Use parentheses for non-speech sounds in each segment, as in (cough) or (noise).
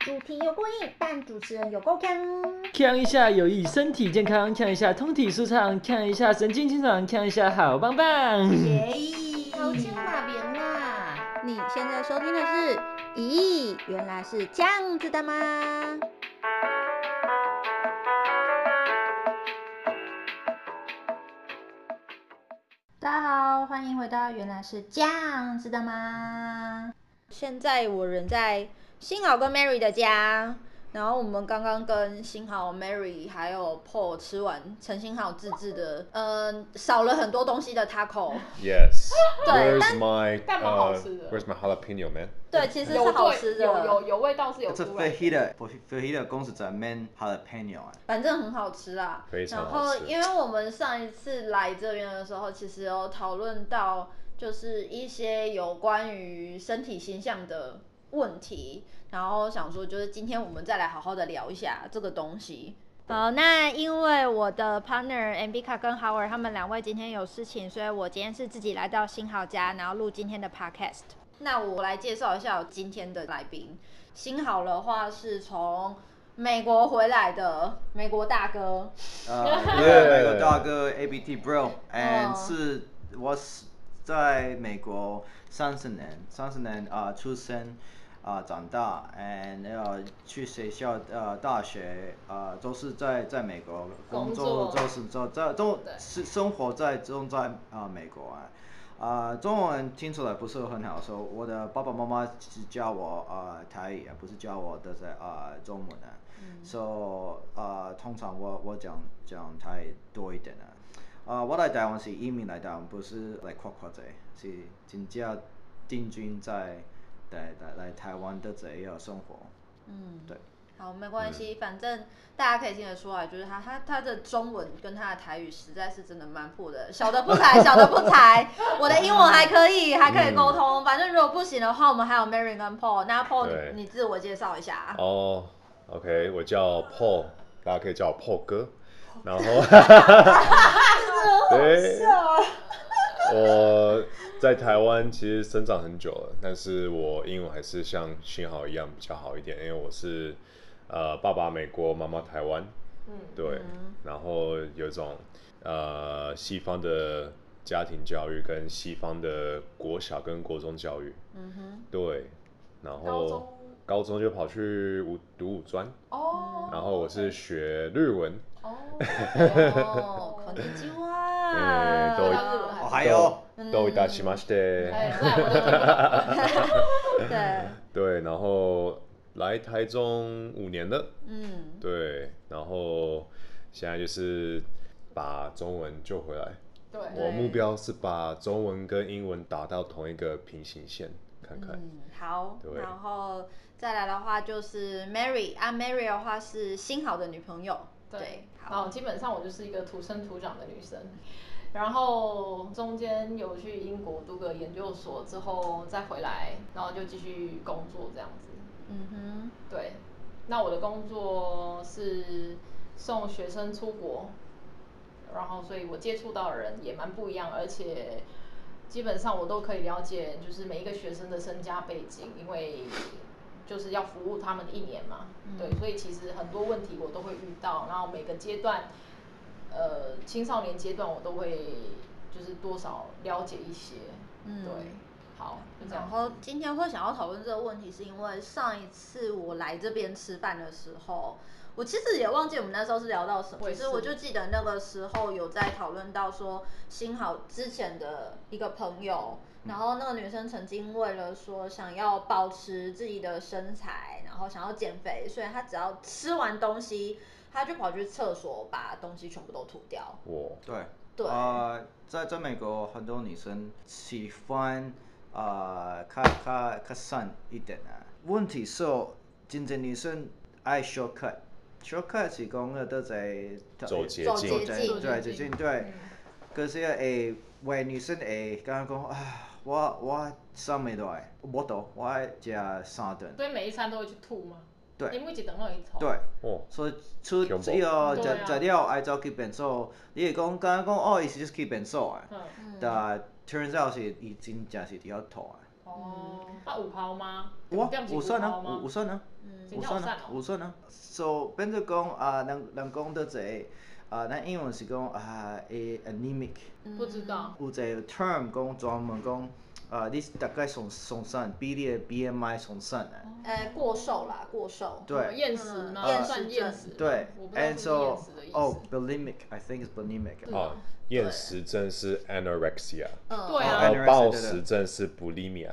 主题有过硬，但主持人有够强。看一下有益身体健康，看一下通体舒畅，看一下神经清爽，看一下好棒棒。耶！好像哪边呐？你现在收听的是，咦，原来是这样子的吗？大家好，欢迎回到原来是这样子的吗？现在我人在新豪跟 Mary 的家，然后我们刚刚跟新豪、Mary 还有 Paul 吃完陈新豪自制的，嗯、少了很多东西的 taco。 (laughs) Yes. 对， Where's 但 my 但蛮好吃的 uh, Where's my jalapeno, man? 对，其实是有好吃的，对，有有有味道是有 It's a 出来的。 fajita, fajita 公司在 man jalapeno 哎，反正很好吃啦。非常然好后吃，因为我们上一次来这边的时候，其实有讨论到就是一些有关于身体形象的问题，然后想说就是今天我们再来好好的聊一下这个东西。好，那因为我的 partner Ambika 跟 Howard 他们两位今天有事情，所以我今天是自己来到新豪家，然后录今天的 podcast。那我来介绍一下我今天的来宾。新豪的话是从美国回来的美国大哥，呃， Yeah 美国大哥 ABT Bro，and 哦是我是在美国三十年，三十年啊出生啊长大，and 呃去学校呃大学啊都是在在美国工作，工作就是在在都对是生活在中在啊美国啊。啊，中文听出来不是很好说。我的爸爸妈妈是教我啊、呃、台语，而不是教我的在啊、呃、中文啊。so 嗯啊、通常我我讲讲台语多一点啊。啊、我来台湾是移民来台湾，不是来夸夸者，是真正定居在来来来台湾的这样生活。嗯，对。好，没关系，反正大家可以听得出来，就是他他他的中文跟他的台语实在是真的蛮破的，小的不 (laughs) 才，小的不才。我的英文还可嗯以，还可以沟通。反正如果不行的话，我们还有 Mary 跟 Paul。那 Paul，对你你自我介绍一下。哦、o k 我叫 Paul，大家可以叫我 Paul 哥。然后， (laughs) 对，我在台湾其实生长很久了，但是我英文还是像幸好一样比较好一点，因为我是呃爸爸美国，妈妈台湾，嗯，对，然后有一种呃西方的家庭教育跟西方的国小跟国中教育， (laughs) 嗯对，然高中后高中就跑去五读五专，哦，然后我是学日文，哦，哼，哦，肯定嗯基哇哎，都哦，哦还有都いたしまして哎，在我的 (laughs) 对，对，然后来台中五年了，嗯，对，然后现在就是把中文救回来，对， (laughs) 我目标是把中文跟英文打到同一个平行线，看看。嗯，好，对然后再来的话就是 Mary 啊，Mary 的话是新好的女朋友，对，然后好，基本上我就是一个土生土长的女生，然后中间有去英国读个研究所之后再回来，然后就继续工作这样子。嗯对，那我的工作是送学生出国，然后所以我接触到的人也蛮不一样，而且基本上我都可以了解，就是每一个学生的身家背景，因为就是要服务他们一年嘛，嗯对，所以其实很多问题我都会遇到，然后每个阶段，呃，青少年阶段我都会就是多少了解一些，嗯对，好，就哼，这样然子。后今天会想要讨论这个问题，是因为上一次我来这边吃饭的时候。我其实也忘记我们那时候是聊到什么，我也可是是我就记得那个时候有在讨论到说，新好之前的一个朋友，嗯然后那个女生曾经为了说想要保持自己的身材，然后想要减肥，所以她只要吃完东西，她就跑去厕所把东西全部都吐掉。我对对哦啊、在在美国很多女生喜欢啊，呃较较较散一点啊。问题是，哦真正女生爱 shortcut，shortcut 是讲的都在走捷走嗯径捷，径对捷径对。可是诶，为女生会刚刚讲啊，我我啥物都爱，我都我爱食三顿，所以每一餐都会去吐吗？对你每一等到一头。对。哦，所以出全部只要食对啊食了爱走去变数，你会讲敢若讲哦，伊是去变数啊，嗯，但 turns out 是伊真正是伫遐吐啊，哦，那五抛吗？我对不起我算五呢抛，吗我我算呢，真我的算有呢算哦，我算呢。So 啊变做讲啊，人人讲得侪啊，咱英文是讲啊，诶 anemic，嗯不知道，有一个 term 讲专门讲啊，你大概上上算，比你的 BMI 上算的。呃，过瘦啦，过瘦。什么对厌食吗？嗯厌食算厌食吗，对哦我不知道，and 是不是 so 厌食的意思。哦，bulimic，I think is bulimic。哦，厌食症是 anorexia，嗯，对啊然后 anorexia，哦暴对对食症是 bulimia。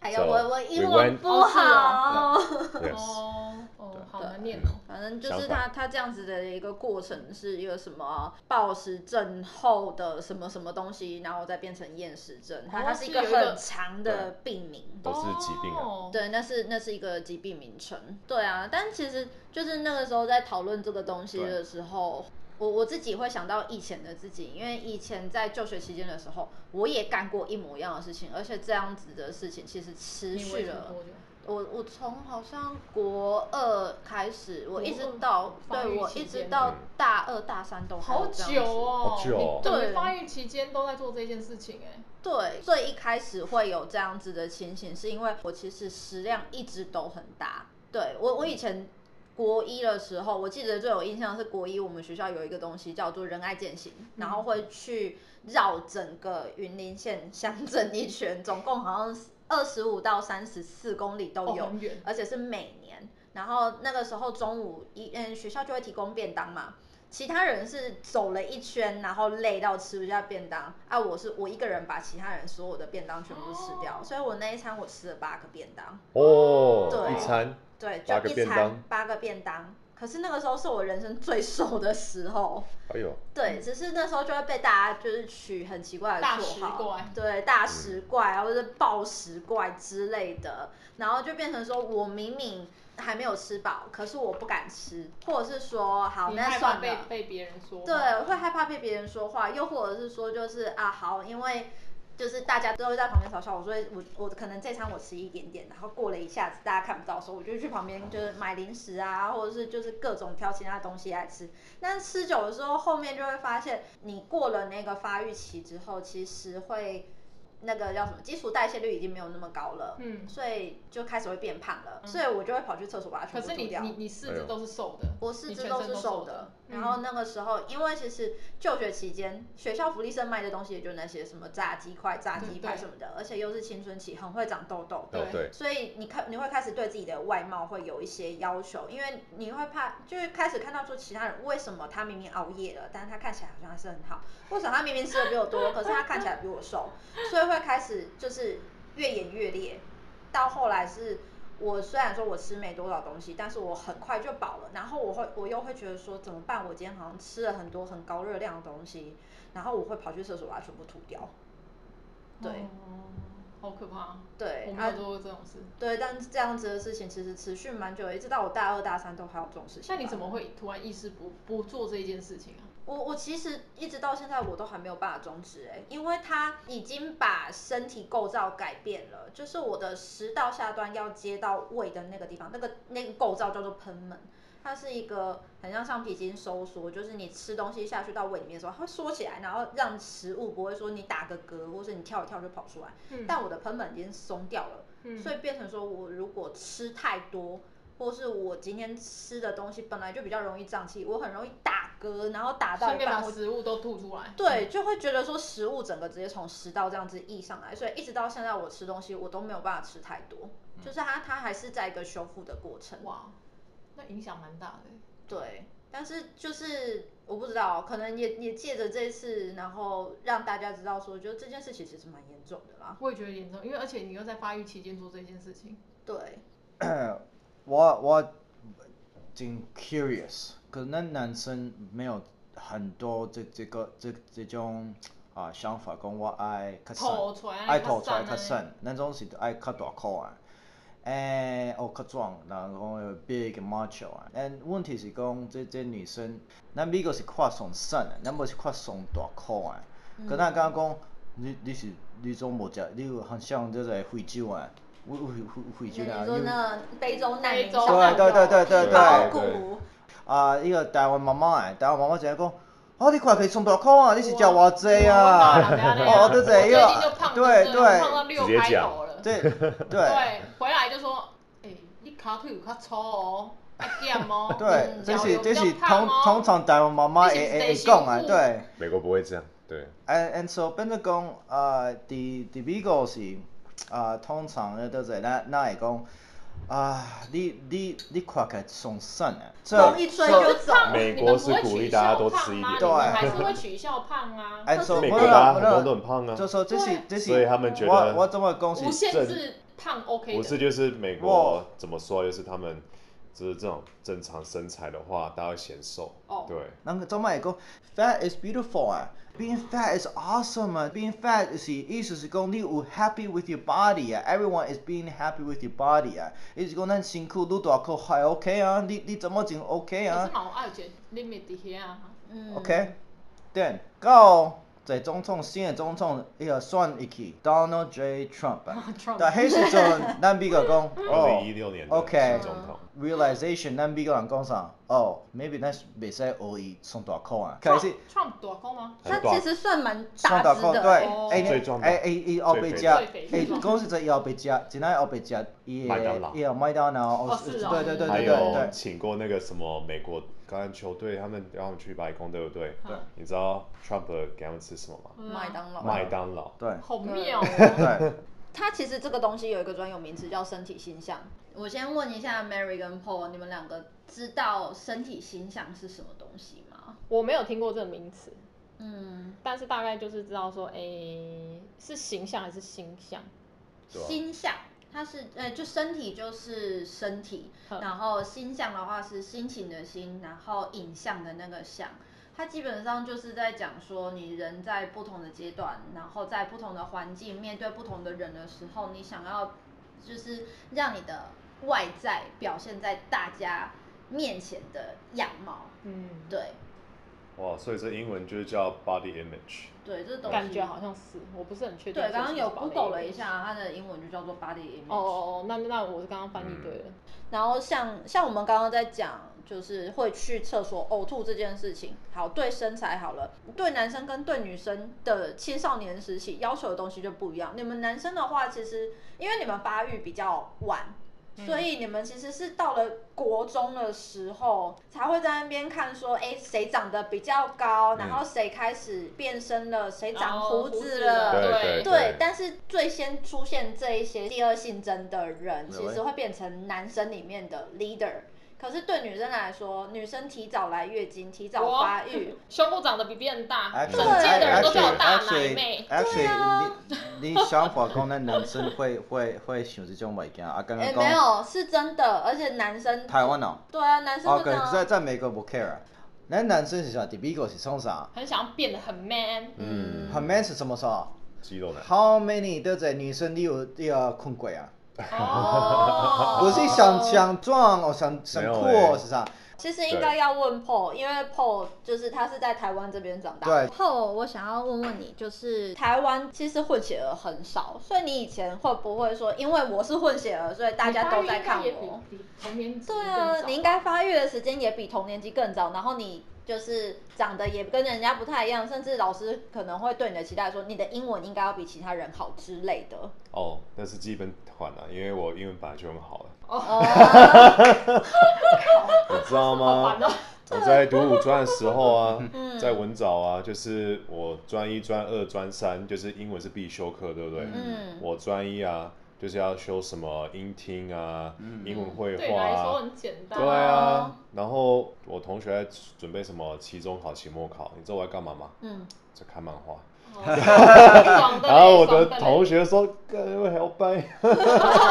哎呀，我我英 So, we 文 went- 不好。 Yes，哦哦，好难念哦。反正就是想他法他这样子的一个过程是一个什么暴食症后的什么什么东西，然后再变成厌食症，它哦它是一是个有一个很长的病名。都是疾病啊。哦，对，那是那是一个疾病名称。对啊，但其实就是那个时候在讨论这个东西的时候，我我自己会想到以前的自己，因为以前在就学期间的时候，我也干过一模一样的事情，而且这样子的事情其实持你续维持了多久？我我从好像国二开始，我一直国二到发对育我期一直间到嗯大二大三都还有好这样久子。哦，好久哦你等于对发育期间都在做这件事情哎。对，最一开始会有这样子的情形，是因为我其实食量一直都很大。对我我以前国一的时候，我记得最有印象是国一我们学校有一个东西叫做仁爱践嗯行，然后会去绕整个云林县乡镇一圈，总共好像二十五到三十四公里都哦有。很远而且是每年。然后那个时候中午一嗯学校就会提供便当嘛，其他人是走了一圈，然后累到吃不下便当啊，我是我一个人把其他人所有的便当全部吃哦掉，所以我那一餐我吃了八个便当，哦，对一餐对，就八个一便餐当八个便当。可是那个时候是我人生最瘦的时候，哎呦，对，只是那时候就会被大家就是取很奇怪的大绰食号，怪对，大食怪啊，或者是暴食怪之类的，然后就变成说我明明还没有吃饱，可是我不敢吃，或者是说好你那害怕算被了，被别人说吗。对，我会害怕被别人说话，又或者是说就是啊好，因为。就是大家都会在旁边嘲笑我，所以我我可能这餐我吃一点点，然后过了一下子大家看不到的时候，我就去旁边就是买零食啊，或者是就是各种挑其他东西来吃。但吃久了之后，后面就会发现，你过了那个发育期之后，其实会那个叫什么基础代谢率已经没有那么高了，嗯所以就开始会变胖了，所以我就会跑去厕所把它可全部是吐你掉。你你四肢都是瘦的，我四你肢全都身是瘦嗯瘦的，然后那个时候，因为其实就学期间，学校福利社卖的东西也就那些什么炸鸡块、炸鸡排嗯对什么的，而且又是青春期，很会长痘痘，哦对对，所以你看你会开始对自己的外貌会有一些要求，因为你会怕，就是开始看到说其他人为什么他明明熬夜了，但是他看起来好像还是很好，为什么他明明吃的比我多，可是他看起来比我瘦，所以会开始就是越演越烈，到后来是。我虽然说我吃没多少东西，但是我很快就饱了，然后我会我又会觉得说怎么办？我今天好像吃了很多很高热量的东西，然后我会跑去厕所把它全部吐掉。对、哦，好可怕。对，我没啊有做过这种事。对，但是这样子的事情其实持续蛮久的，一直到我大二大三都还有这种事情。那你怎？么会突然意识不不做这件事情啊？我我其实一直到现在我都还没有办法终止哎、因为它已经把身体构造改变了，就是我的食道下端要接到胃的那个地方，那个那个构造叫做贲门。它是一个很像橡皮筋收缩，就是你吃东西下去到胃里面的时候，它会缩起来，然后让食物不会说你打个嗝，或是你跳一跳就跑出来。嗯但我的贲门已经松掉了，所以变成说我如果吃太多，或是我今天吃的东西本来就比较容易胀气，我很容易打嗝，然后打到顺一便把半我。食物都吐出来。对，就会觉得说食物整个直接从食道这样子溢上来，所以一直到现在我吃东西我都没有办法吃太多，就是它它还是在一个修复的过程。嗯哇，那影响蛮大的。对，但是就是我不知道，可能也也借着这一次，然后让大家知道说，就这件事情其实蛮严重的啦。我也觉得严重，因为而且你又在发育期间做这件事情。对，我我挺 curious，可能男生没有很多这这个这这种啊、想法，讲我爱较吐出来爱吐出较来瘦较瘦，咱总是爱较大块啊。诶，哦，较壮，然后有 big macho 啊。但问题是讲，这这女生，咱美国是看上瘦的，咱无是看上大块啊。可咱刚讲，你你是你总无食，你有很像这个非洲啊，非非非就非洲你啊，说因为那非洲难民非洲小朋友对对对对对包对谷啊，迄个台湾妈妈诶，台湾妈妈就讲，哦，你看起来上大块啊，你是食偌济我啊我哪？有这样哦，对对我最近就胖了真的对对胖到六直接开讲头了。对对对，回来就说，哎、你卡腿有较粗哦，较咸哦， (laughs) 对，嗯这脚是有这比较是胖通哦通常台湾妈妈你会是谁会会讲啊，媳妇对。美国不会这样，对， and and so 变做讲，呃，伫伫美国是，呃，通常咧都是咱咱会讲，啊，你你你看起来上瘦啊诶，风一吹就走。美你们国不是会鼓取励笑大家胖多吗？吃一你们还点，对是会取笑胖啊， (laughs) 哎，所美以国我大家啦很我多啦人都很胖啊就说这是这是，所以他们觉我我得怎么讲是无限这制胖 OK 不的。是就是美哇国怎么说，就是他们就是这种正常身材的话，大家会显瘦哦，对，人做么会讲 fat is beautiful 啊，being fat is awesome 啊，being fat 是意思是讲你有 happy with your body 啊，everyone is being happy with your body 啊，意思讲咱身躯愈大颗还 OK 啊，你你怎么真 OK 可啊是嘛，我爱觉 limit 伫遐啊，嗯？OK，then 到在总统新的总统伊个选伊去 eh, Donald J Trump 啊 Trump，但迄时阵咱美国讲二哦零一。六年的 OK 新总统， realization，咱美国人讲啥？哦、m a y b e 咱袂使学伊上大口啊，开始 Trump 大公吗？他很其短，实算蛮上大大只口的，对哦，哎，你最壮的哎哎，伊后背食，最肥哎的最肥，的讲实在，伊后背食，真爱后背食，伊麦当劳伊有麦当劳，哦是哦对对对还对对有对，请过那个什么美国橄榄球队，他们让我们去白宫，对不对？对你知道 Trump 给他们吃什么吗？嗯啊哦麦当劳。麦当劳。对好妙 (laughs) 哦，对，它其实这个东西有一个专有名词叫身体形象。我先问一下 Mary 跟 Paul，你们两个知道身体形象是什么东西吗？我没有听过这个名词，嗯，但是大概就是知道说，哎、是形象还是形象？对啊心象，它是呃，就身体就是身体，嗯然后心象的话是心情的心，然后影像的那个像。它基本上就是在讲说，你人在不同的阶段，然后在不同的环境，面对不同的人的时候，你想要就是让你的外在表现在大家面前的样貌。嗯，对哇，所以这英文就是叫 body image。对，这东西感觉好像是，我不是很确定。对，刚刚有 Google 了一。下，它的英文就叫做 body image。哦哦哦，那那我是刚刚翻译对了。然后像像我们刚刚在讲，就是会去厕所呕吐这件事情。好，对身材好了，对男生跟对女生的青少年时期要求的东西就不一样。你们男生的话，其实因为你们发育比较晚。所以你们其实是到了国中的时候，才会在那边看说，哎，谁长得比较高，然后谁开始变身了，谁哎长哦胡子了，对对对，但是最先出现这一些第二性征的人，其 Really？实会变成男生里面的 leader。可是对女生来说，女生提早来月经，提早我发育， (laughs) 胸部长得比别人大，整 (laughs) Actually- 届的人都 actually- 叫我大奶妹啊 actually-。actually，你你想法讲咱男生会会会想这种物件，啊，刚哎、刚没讲有，是真的。而且男生，台湾哦，对啊，男生哦，真可的、是在在美国不 care，啊咱男生是啥？第一个是创啥？很想要变得很 (laughs) man，嗯，很 man 是什么啥肌肉男。 ？How many 都在女生你有你有困过啊？哦不是想想壮哦，想想没有酷欸哦，是啥？其实应该要问 Paul，因为 Paul 就是他是在台湾这边长大。对，Paul，我想要问问你，就是台湾其实混血儿很少，所以你以前会不会说，因为我是混血儿，所以大家都在看你发育应该我也？比比同年级对更啊，早你应该发育的时间也比同年级更早，然后你就是长得也跟人家不太一样，甚至老师可能会对你的期待说，你的英文应该要比其他人好之类的。哦，那是基本款啊，因为我英文本来就很好了，啊哦， (laughs) 你知道好吗烦？哦。我在读五专的时 (laughs) 候啊，嗯在文藻啊，就是我专一、专二、专三，就是英文是必修课，对不对？嗯我专一啊，就是要修什么音听啊、嗯英文绘对你画来说啊，很简单。对啊。然后我同学在准备什么期中考、期末考，你知道我在干嘛吗？嗯，在看漫画。哦爽的嘞然后我的爽嘞同学说：“干我还要掰， (laughs) (laughs) 我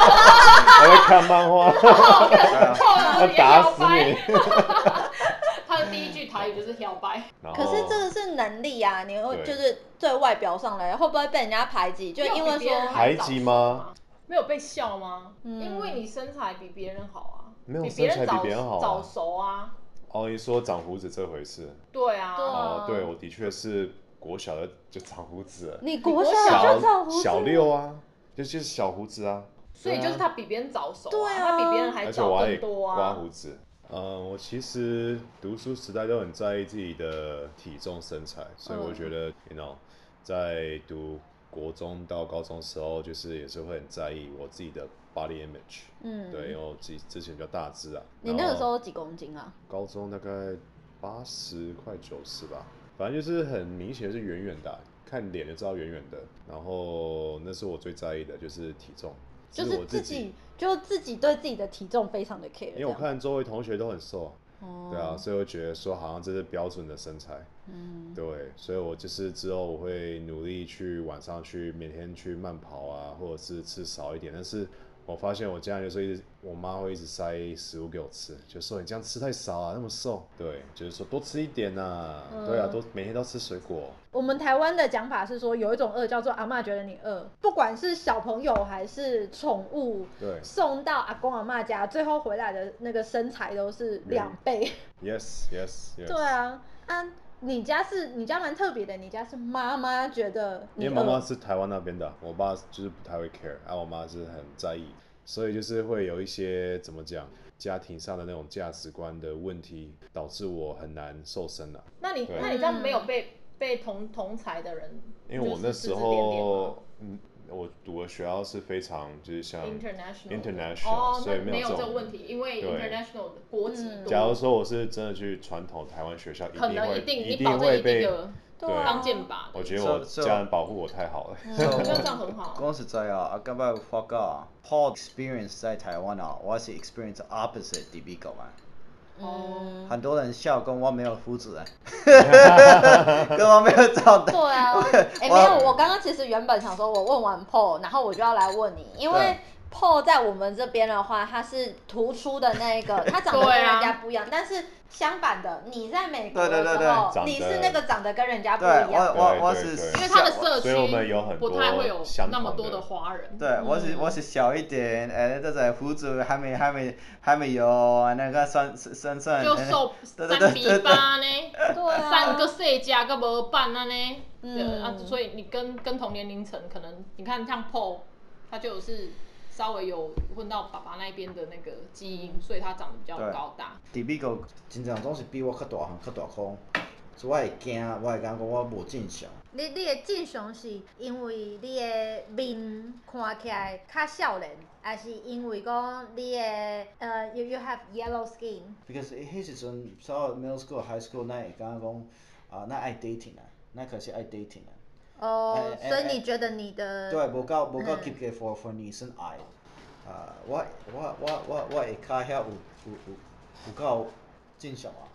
在看漫画，哦 (laughs) 靠要了，打摇死摆你。 (laughs) 他的第一句台语就是摇摆。”然后可是这个是能力啊，你会哦对就是对外表上来会不会被人家排挤？就因为比别人说还排挤吗早熟啊？没有被笑吗？嗯因为你身材比别人好啊，没有比别人身材早比别人好啊早熟啊，哦，你说长胡子这回事？对啊，对哦，对，我的确是国小的就长胡子了，你国小就长小胡子小，六啊，就就是小胡子啊，所以就是他比别人早熟、对啊他比别人还而且早我还更得多刮啊胡。子。呃，我其实读书时代都很在意自己的体重身材，所以我觉得、y o u know，在读国中到高中时候，就是也是会很在意我自己的 body image。嗯对，因为我自己之前比较大只啊。你那个然时后候几公斤啊？高中大概八十快九十吧，反正就是很明显是圆圆的啊、看脸就知道圆圆的。然后那是我最在意的，就是体重，就这是是我自己，就是自己对自己的体重非常的 care。因为我，看周围同学都很瘦，哦对啊，，所以我觉得说好像这是标准的身材，嗯，对，所以我就是之后我会努力去晚上去每天去慢跑啊，或者是吃少一点，但是。我发现我家人就是一直，我妈会一直塞食物给我吃，就说你这样吃太少啊，那么瘦。对，就是说多吃一点呐、嗯对啊，多每天都吃水果。我们台湾的讲法是说，有一种饿叫做阿嬷觉得你饿，不管是小朋友还是宠物，对送到阿公阿嬷家，最后回来的那个身材都是两倍。 ，yes yes (laughs) yes。对，啊，啊，你家是你家蛮特别的，你家是妈妈觉得你因为饿，妈妈是台湾那边的，我爸就是不太会 care，啊，我妈是很在意，所以就是会有一些怎么讲，家庭上的那种价值观的问题，导致我很难瘦身啊了、那你对那你这样没有被被同同才的人，因为我那时就是指指点点吗候，嗯，我读的学校是非常就是像 international international，哦，所以那没没有有这这种个问题，因为对 international 的国籍嗯多，假如说我是真的去传统台湾学校，一可定能会一定你保定证会一定被，有对啊当剑拔的，我觉得我 So- so- 家人保护我太好了。 So- 我觉得这样很好。讲实在啊，啊，今摆有发觉啊，Paul experience 在台湾啊，我是 experience opposite 的 b 狗啊。嗯哦，很多人笑，跟我没有胡子啊， (laughs) 跟我没有长对得。啊，哎、我没有，我刚刚其实原本想说，我问完 Paul，然后我就要来问你，因为对 Paul 在我们这边的话，他是突出的那一个，他长得对跟啊人家不一样，但是相反的，你在美国的对对时对候，对你是长得那个长得跟人家不对一我样，我我对对是对因为他的小社所以我们有区很不多太会有相那么同多的的华人，对，我是我是小一点，呃，这在胡子还没还没还没有那个身身身上，就瘦对三对对比对对八呢。对啊，三个世家个无办啊呢，嗯对啊，所以你跟跟同年龄层可能，你看像 Paul，他就是稍微有混到爸爸那边的那个基因，所以他长得比较对高大。伫美国真正总是比我较大汉较大空，所以我会惊，我会感觉我无正常。你你的正常是因为你的面看起来较少年，还是因为讲你的呃、you you have yellow skin？ because 迄时阵所有 middle school、high school 那会感觉讲啊，那爱 dating 啊，那可是爱 dating 啊。哦、哎哎所以哎你觉得你的对，无够无够嗯积极 for for 女生爱。啊，我我我我我会较遐有有有有够正常啊。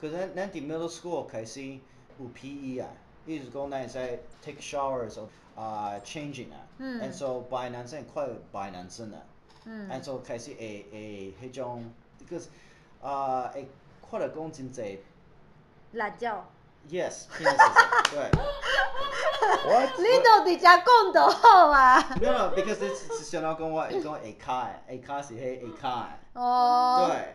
可是咱咱伫 middle school 开始有 PE 啊，意思讲咱会使 take showers 啊、changing 啊，嗯 and so 白男生快白男生啊，嗯 and so 开始会会迄种，because 啊、会看着讲真济辣椒。 yes penises，对。我你到底家讲就好啊。 No no because it's it's 想到讲我讲会卡的，会卡是迄会卡的，哦，对。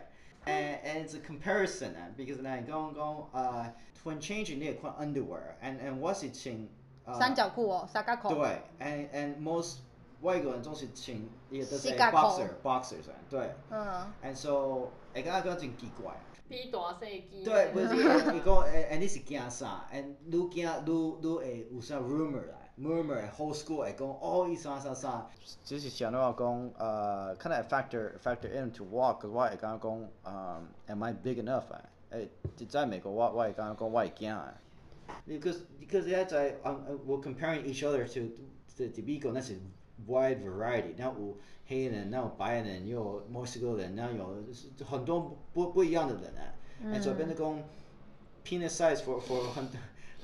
And and it's a comparison 啊，because 那讲讲呃，when uh, changing 你会看 underwear and and 我是穿呃三角裤哦，三角裤。对，and and most 外国人总是穿伊个都是膝盖裤 boxer boxers 啊，对。嗯， And so 会感觉讲真奇怪。比大世纪。对，不 (laughs) 是伊讲，诶，诶，你是惊啥？诶，愈惊愈愈会有啥 rumor 来，rumor 的 whole school oh, 会讲，哦，伊啥啥啥。只是想到讲，呃，可能 uh, factor factor into 我，可我会感觉讲，嗯，am um, I big enough 啊？诶，即在美国我我会感觉讲我会惊啊。Because because that's I um, uh, we're comparing each other to to to be going that's a wide variety. Now 有黑人，那有白人，有墨西哥人，那有就是很多不不一样的人啊。嗯、所以变成讲 penis size for for 很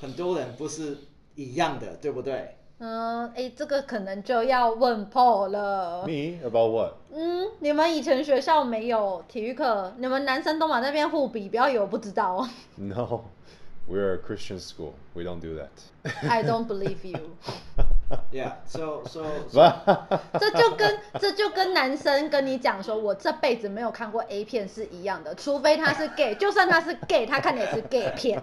很多人不是一样的，对不对？嗯，哎，这个可能就要问 Paul 了。 Me about what？嗯，你们以前学校没有体育课，你们男生都往那边互比，不要以为我不知道 (laughs) 哦。 No, (laughs) we're a Christian school. We don't do (laughs) I don't believe you。 (laughs) Yeah. So so, so that. 这就跟这就跟男生跟你讲说，我这辈子没有看过 A 片是一样的，除非他是 gay，就算他是 gay，他看的也是 gay 片。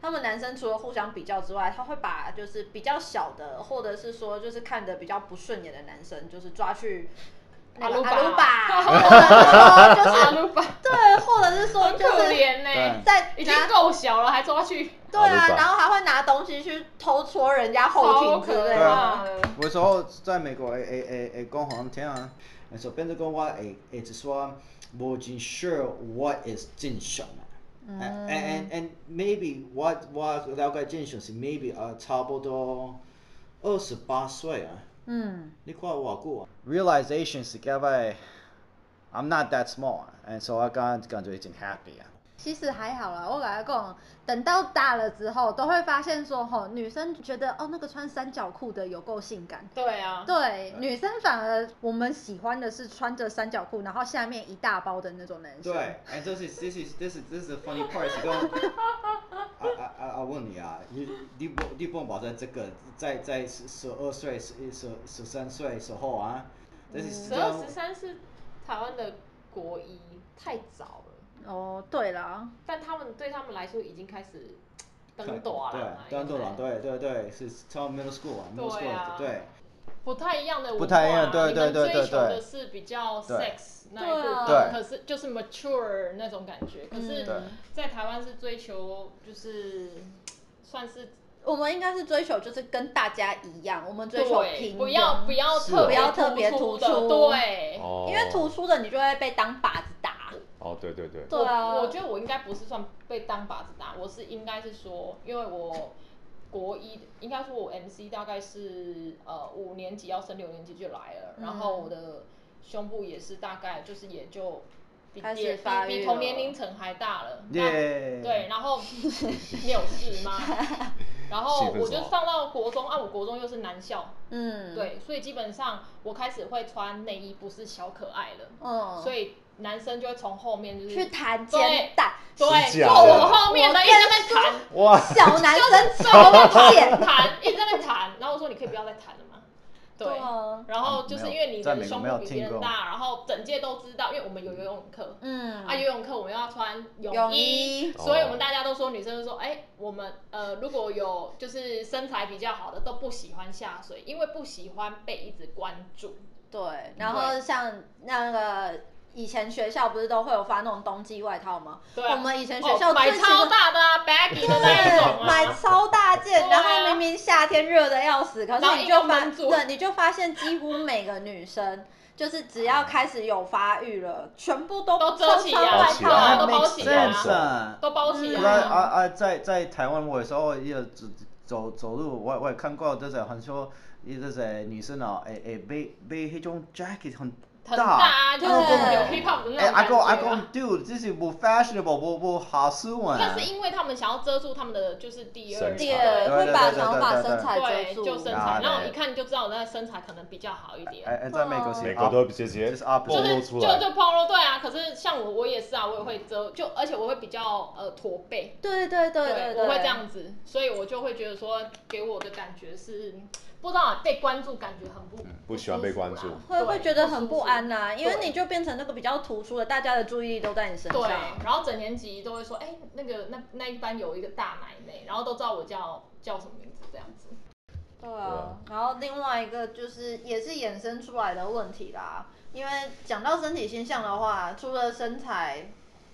他们男生除了互相比较之外，他会把就是比较小的，或者是说就是看的比较不顺眼的男生，就是抓去那个阿鲁巴阿鲁 (laughs) 巴，或者是说阿就是鲁巴，对，或者是说很就可是怜呢、对在已经拿够小了，还抓去，对阿啊，鲁巴然后还会拿东西去偷戳人家超后庭之可类怕的。的。有時候真係美國誒誒誒誒講好咁聽啊，有時候邊度講話誒誒就話冇盡 sure what is 正常啊。And, and and maybe what what 了解正常是 maybe 啊、差不多二十八歲啊，嗯，你看我久啊。Realization 是因為 I'm not that small and so I 感感覺已經 happy 啊。其实还好啦，我来讲，等到大了之后，都会发现说，吼，女生觉得哦，那个穿三角裤的有够性感。对啊，对，女生反而我们喜欢的是穿着三角裤，然后下面一大包的那种男生。对，and this is this is this is this is the funny part 是说，啊啊啊啊！问你啊，你你不你不能保证这个在在十十二岁、十十十三岁时候啊，但是实际十二上十三是台湾的国一，太早了。哦，对啦，但他们对他们来说已经开始登短了嘛，对，登短了，应该对对对，是超 middle school 啊，middle 对 school 啊对，不太一样的文化不太一样对你对们对追对求的对是比较对 sex 那一部对嗯分啊，可是就是 mature 那种感觉。可是对，在台湾是追求就是算是我们应该是追求就是跟大家一样，我们追求对，平不要庸不要是特不别要特别突出突的，对。哦，因为突出的你就会被当靶子打。哦，对对对，对啊，我我觉得我应该不是算被当靶子打，我是应该是说，因为我国一应该说我 MC 大概是呃五年级要升六年级就来了，然后嗯我的胸部也是大概就是也就比开始也发比育比了同年龄层还大了。那耶对，然后你有 (laughs) 事吗？然后气氛我什就么上到国中啊，我国中又是男校，嗯，，对，所以基本上我开始会穿内衣，不是小可爱了。嗯，所以男生就会从后面就是去弹肩带，是对，假坐的我后面的一直在那边弹，哇，小男生坐我后超面贱。弹，一直在那边弹，然后我说你可以不要再弹了嘛。 (laughs) 对，啊，然后就是因为你在美的国胸没有部比听别人过大，然后整届都知道，因为我们有游泳课。嗯，啊，游泳课我们要穿泳泳衣衣，所以我哦们大家都说女生就说，哎、我们呃如果有就是身材比较好的都不喜欢下水，因为不喜欢被一直关注。对，然后像那个以前学校不是都会有发那种冬季外套吗？对啊我们以前学哦校，买最喜超欢大的啊，baggy 的那一种对，啊，买超大件，对然啊后明明夏天热的要死，可然后是你一就个发，闷住对，你就发现几乎每个女生。就是只要开始有发育了，全部都都遮起来穿外包起套来啊都包 makes 起来啊 sense 啊。都包起不然来啊啊。啊，在在台湾，我有时候也走走走路，我我也看过，就是很多，就是女生啊，诶诶，背背那种 jacket 很很大，大，啊就是啊对哎有 hip hop 的诶，那阿公种阿感觉公啊。 ，dude，这是不 fashionable，不不合适啊。那是因为他们想要遮住他们的就是第二身第材二对会把对对对头发、对对身材遮对，住，就身啊材，然后对一看就知道我那身材可能比较好一诶点。诶，哎在美国啊是美国都 up- 直接就是 opposite 暴就是哎露就出来，就 polo 对啊，可是像我我也是啊，我也会遮，就而且我会比较呃驼背，对对对对，我会这样子，所以我就会觉得说给我的感觉是不知道啊被关注，感觉很不嗯不喜欢被关注舒服啊会对会觉得很不舒服安呐、因为对你就变成那个比较突出的，大家的注意力都在你身上。对，然后整年级都会说，哎、那个那那一班有一个大奶奶，然后都知道我叫叫什么名字这样子。对对啊啊，然后另外一个就是也是衍生出来的问题啦，因为讲到身体形象的话，除了身材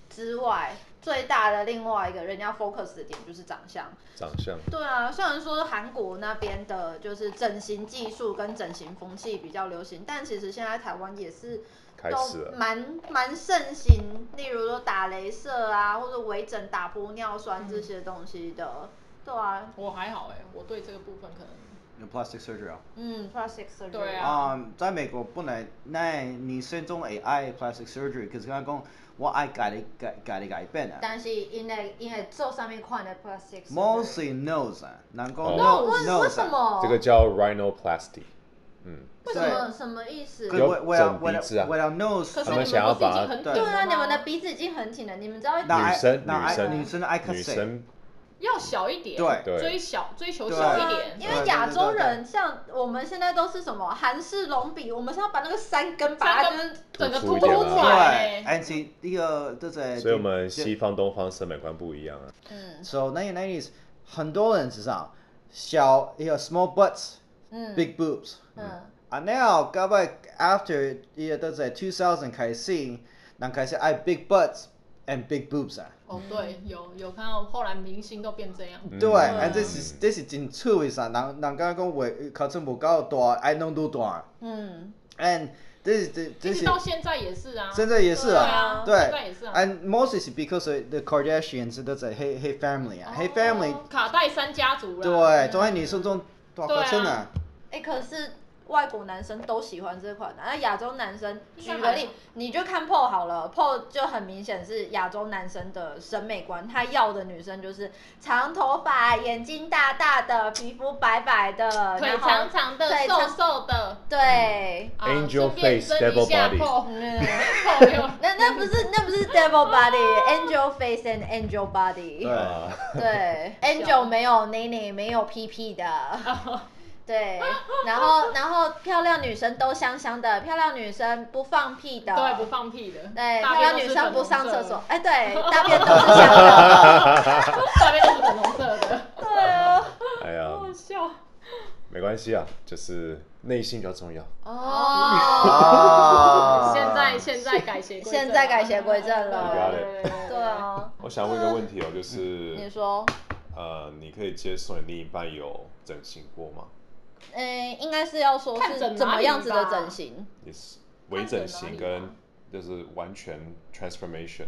之外，最大的另外一个人家 focus 的点就是长相。长相对啊，虽然说韩国那边的就是整形技术跟整形风气比较流行，但其实现在台湾也是开始都了，蛮蛮盛行，例如说打镭射啊，或者微整、打玻尿酸嗯这些东西的。对啊，我还好哎、我对这个部分可能有 plastic surgery 啊。嗯，plastic surgery。对啊啊，在美國本來，那女生中會愛 plastic surgery，可是我講我愛家己家家己改變啊。但是因为因为做上面款的 plastic surgery mostly nose 啊，人講哦 nose 为 nose 为什啊？么？这个叫 rhinoplasty，嗯，为什么什么意思？有為為了整為了鼻子啊為了 nose，可是他你们们想要不是已把经很对短对了啊，吗你们的鼻子已经很挺了，你们知道那女爱生那女爱生女生爱 cut 女 shit 生要小一点，对对追小追求对小对一啊点，因为亚洲人像我们现在都是什么韩式隆鼻，我们是要把那个山根把它三就个是整个突出凸一出点啊来、对，哎欸。而且呢個都係。所以我們西方、東方審美觀不一樣啊。嗯 So 1990s，很多人知道小一個 small butts，big 嗯 boobs，嗯，啊，now 到尾 after 伊个都在 two thousand 开始，人开始爱 big butts and big boobs 啊。哦，对，有有看到后来明星都变这样，对，啊，这是这是真趣味啥？人人家讲话 uh, 口唇无够大，爱弄愈大。嗯， And 这是这这其是实到现在也是啊，现在也是啊，对对啊现在也是哎啊，And mostly is because of the Kardashians 都在黑黑 family 啊，黑 family，哦卡戴珊家族啦，对，都爱女生中大对口啊唇啊，哎、可是外国男生都喜欢这款的，啊那亚洲男生，应该举还个好例，你就看 PO 好了，PO 就很明显是亚洲男生的审美观，他要的女生就是长头发、眼睛大大的、皮肤白白的，腿然后长长的、腿瘦长瘦的。 (laughs) 对。啊 Angel 顺便 face, 蒸一 devil 下 body 扣嗯扣六那那不是那不是 devil body，angel face and angel body。对。啊，对，angel 没有 n 内没有屁屁的。哦对，然后然后漂亮女生都香香的，漂亮女生不放屁的。对，不放屁的。对，大漂亮便都女是生粉不红上色厕的所，，哎， (laughs) 对，大便都是香的。大便都是粉红色的。对啊，哎呀，好笑。没关系啊，就是内心比较重要。Uh. 哦， (laughs) 啊！现在现在改邪归正了，现在改邪归正了对对对对啊，我想问一个问嗯题哦，就是你说，呃，你可以接受你另一半有整形过吗？嗯，应该是要说看整是怎哪么样子的里吧整形？你是微看整整形哪里跟吗就是完全 transformation，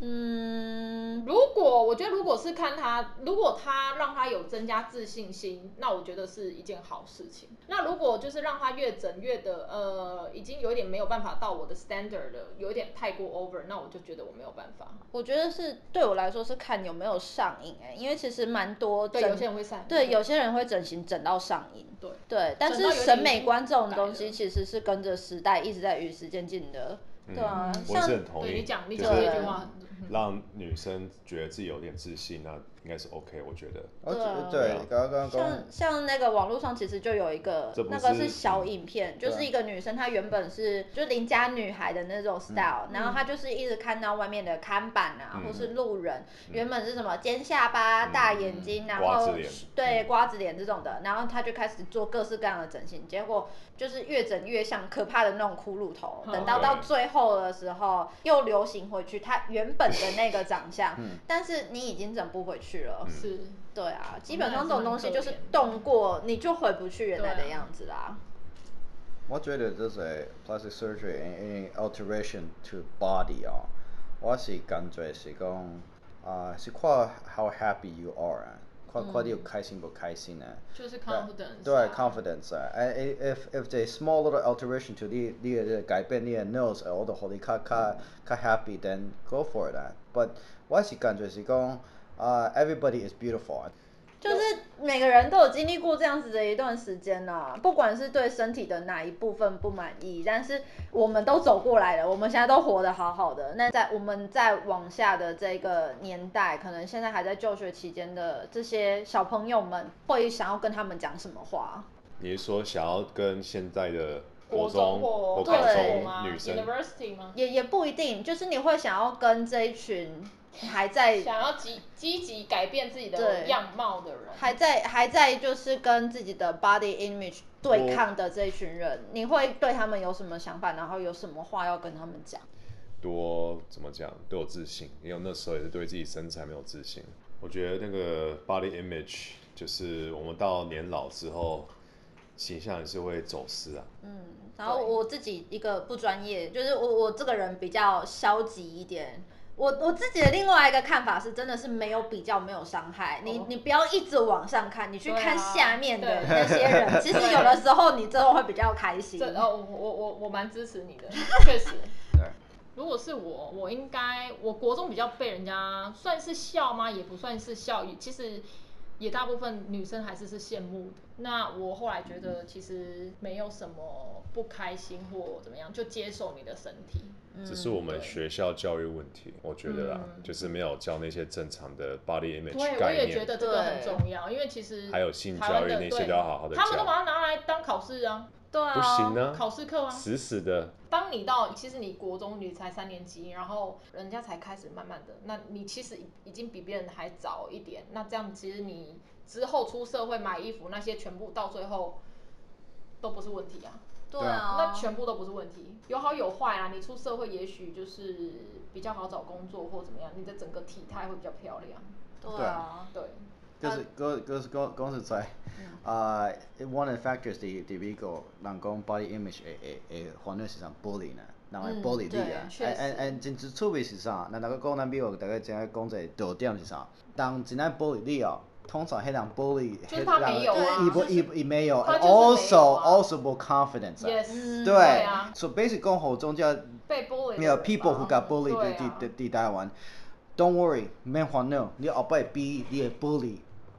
嗯，如果我觉得，如果是看他，如果他让他有增加自信心，那我觉得是一件好事情。那如果就是让他越整越的，呃，已经有点没有办法到我的 standard 了，有点太过 over，那我就觉得我没有办法。我觉得是对我来说是看有没有上瘾哎、因为其实蛮多对，整有些人会散。对有些人会整形整到上瘾，对对，但整到是有点审美观这种东改西了其实是跟着时代一直在与时间进的，对啊，嗯我也是像很同对意，你讲，你就讲这是句话，嗯让女生觉得自己有点自信，那应该是 OK，我觉得。我觉得对对啊，刚刚讲像像那个网络上其实就有一个这不那个是啊是小影片，就是对一个女生，她原本是就邻家女孩的那种 style，、然后她就是一直看到外面的看板啊，嗯或是路人，原本是什么尖下巴、大眼睛，然瓜后子脸嗯对瓜子脸这种的，然后她就开始做各式各样的整形，结果就是越整越像可怕的那种骷髅头，嗯等到对到最后的时候又流行回去她原本的那个长相，嗯但是你已经整不回去了，哦嗯是对啊，基本上这种东西就是动过你就回不去原来的样子啦。我觉得这是 plastic surgery and any alteration to body 啊，我是感觉是讲啊、是看 how happy you are 啊，看看你有开心不开心啊。就是 confidence，对啊，confidence 啊，哎哎，if if the small little alteration to 你你的改变你的 nose，我都互你较较较 happy，then go for it 啊。But 我是感觉是讲啊，everybody is beautiful 啊。就是每个人都有经历过这样子的一段时间啦，不管是对身体的哪一部分不满意，但是我们都走过来了，我们现在都活得好好的。那在我们在往下的这个年代，可能现在还在就学期间的这些小朋友们，会想要跟他们讲什么话？你是说想要跟现在的国中中或或高对中吗女生？University 吗？也也不一定，就是你会想要跟这一群还在想要积积极改变自己的对样貌的人，还在还在就是跟自己的 body image 对抗的这一群人，你会对他们有什么想法？然后有什么话要跟他们讲？多怎么讲，都有自信，因为我那时候也是对自己身材没有自信。我觉得那个 body image 就是我们到年老之后，形象也是会走失啊。然后我自己一个不专业，就是我我这个人比较消极一点。我我自己的另外一个看法是，真的是没有比较，没有伤害。你哦你不要一直往上看，你去对啊看下面的对那些 (laughs) 人，其实有的时候你真的会比较开心。这哦，我我我我蛮支持你 (laughs) 的，确实。对。如果是我，我应该，我国中比较被人家算是笑吗？也不算是笑，其实也大部分女生还是是羡慕的。那我后来觉得其实没有什么不开心或怎么样，就接受你的身体。嗯只是我们学校教育问题，我觉得啦，就是没有教那些正常的 body 嗯对 image，我概也觉念，得这个很重要，因为其实还有性台湾教育的那些对都要好好地他们教都把它拿来当考试啊，对啊，不行呢、考试课啊，死死的。当你到其实你国中你才三年级，然后人家才开始慢慢的，那你其实已经比别人还早一点。那这样其实你之后出社会买衣服那些全部到最后都不是问题啊。对对啊啊，那全部都不是问题，有好有坏啊。你出社会也许就是比较好找工作或怎么样，你的整个体态会比较漂亮。对啊，对，就是呃嗰嗰嗰嗰時在嗯啊，one of the factors 第第一個人講 body image 誒誒誒，反正是上 bully 呢，嗱係嗯 bully 啲對啊，確誒實誒誒，真正出邊是啥？嗱，那個講南邊我大家真係講者重點是啥？當真係 bully 你哦，通常係人 bully，就是他沒有啊伊不伊伊沒有他，and 就是沒有，also 啊 also 冇 confidence 啊。 yes，對啊， ，so basic 講好宗教。被 bully 的人有吧 people who got bullied 对啲啊啲啲台灣，don't worry，免煩惱，你後擺比你嘅 bully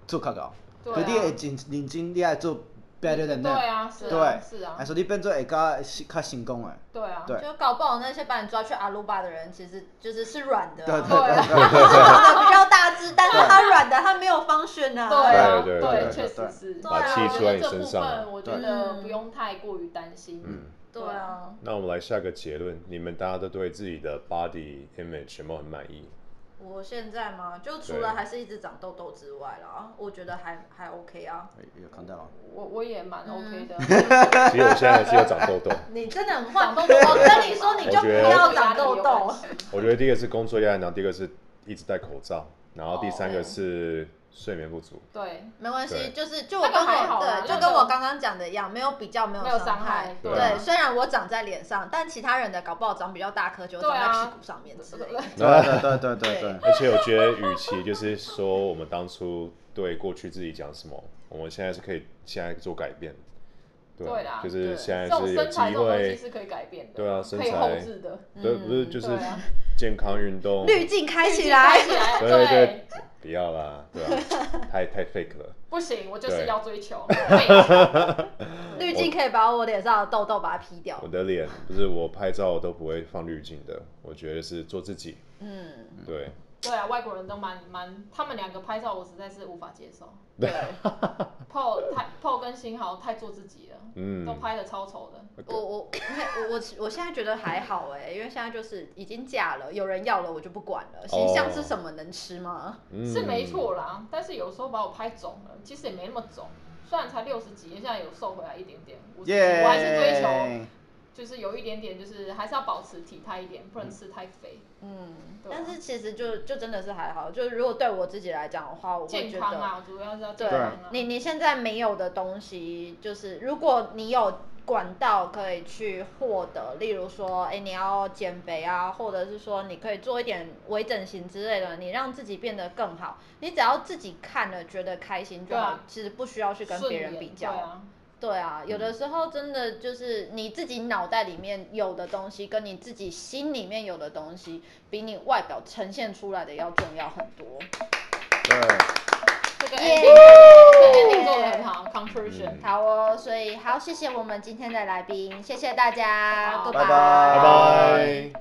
做較高，對啊佢啲會真認真，你愛做 better than 对 that，啊，是啊，對是啊，所以你變做會較較成功嘅，对啊，對就搞不好那些把你抓去阿鲁巴的人，其实就是是软的、啊， (laughs) 對對對啊對對。长得比较大只，但是他软的，他没有方选啊。对啊，对对对对，对确对实是。把气对啊出在你身上我觉得这啊部分我觉得不用太过于担心。嗯，对啊，那我们来下个结论，你们大家都对自己的 body image 有没有很满意？我现在嘛，就除了还是一直长痘痘之外啦，我觉得还还 OK 啊。有哎看到咯，我我也蛮嗯 OK 的。 (laughs) 其实我现在还是有长痘痘，你真的很坏，长我痘啊痘跟你说，你就我觉得不要长痘痘。我觉得第一个是工作压力，然后第二个是一直戴口罩，然后第三哦个是睡眠不足。对，没关系，对就是就我那跟个还好我啦对，那就个跟我刚刚讲的一样，没有比较，啊没有没有伤伤害对啊对，虽然我长在脸上，但其他人的搞不好长比较大颗，就对长在啊屁股上面之类的。對對對對對對對。而且我觉得，与其就是说我们当初对过去自己讲什么，我们现在是可以现在做改变。对啦啊就是对现在这种是有身机材这种东西会，是可以改变的，对啊身可以材后置的，对，不是就是对啊健康运动，滤镜开起来看，起来对对对，，不要啦，对啊，太太 fake 了。不行，我就是对要追 (laughs) 求啊美感，滤镜可以把我脸上的痘痘把它 P 掉我。的脸不是我拍照都不会放滤镜的，我觉得是做自己。嗯，对，对啊，外国人都蛮蛮，他们两个拍照我实在是无法接受，对，Paul 太 Paul 跟新豪太做自己了，嗯都，拍的超丑的，我我我我我现在觉得还好哎、因为现在就是已经嫁了，有人要了我就不管了。形象是什么能吃吗？嗯是没错啦，但是有时候把我拍肿了，其实也没那么肿，虽然才六十几，现在有瘦回来一点点，五十几，耶！ (laughs) 我还是追求，就是有一点点，就是还是要保持体态一点，不能吃太肥，嗯，对啊但是其实就就真的是还好，就如果对我自己来讲的话，我会健觉康得啊，主要是要对健康啊，你你现在没有的东西，就是如果你有管道可以去获得，例如说，哎，你要减肥啊，或者是说你可以做一点微整形之类的，你让自己变得更好。你只要自己看了觉得开心就对好，啊其实不需要去跟顺别眼人比较。对啊。对啊，有的时候真的就是你自己脑袋里面有的东西，跟你自己心里面有的东西，比你外表呈现出来的要重要很多。對。这个耶 ending，这个 ending 做的很好，conclusion。嗯好哦，所以好，谢谢我们今天的来宾，谢谢大家好拜拜拜拜。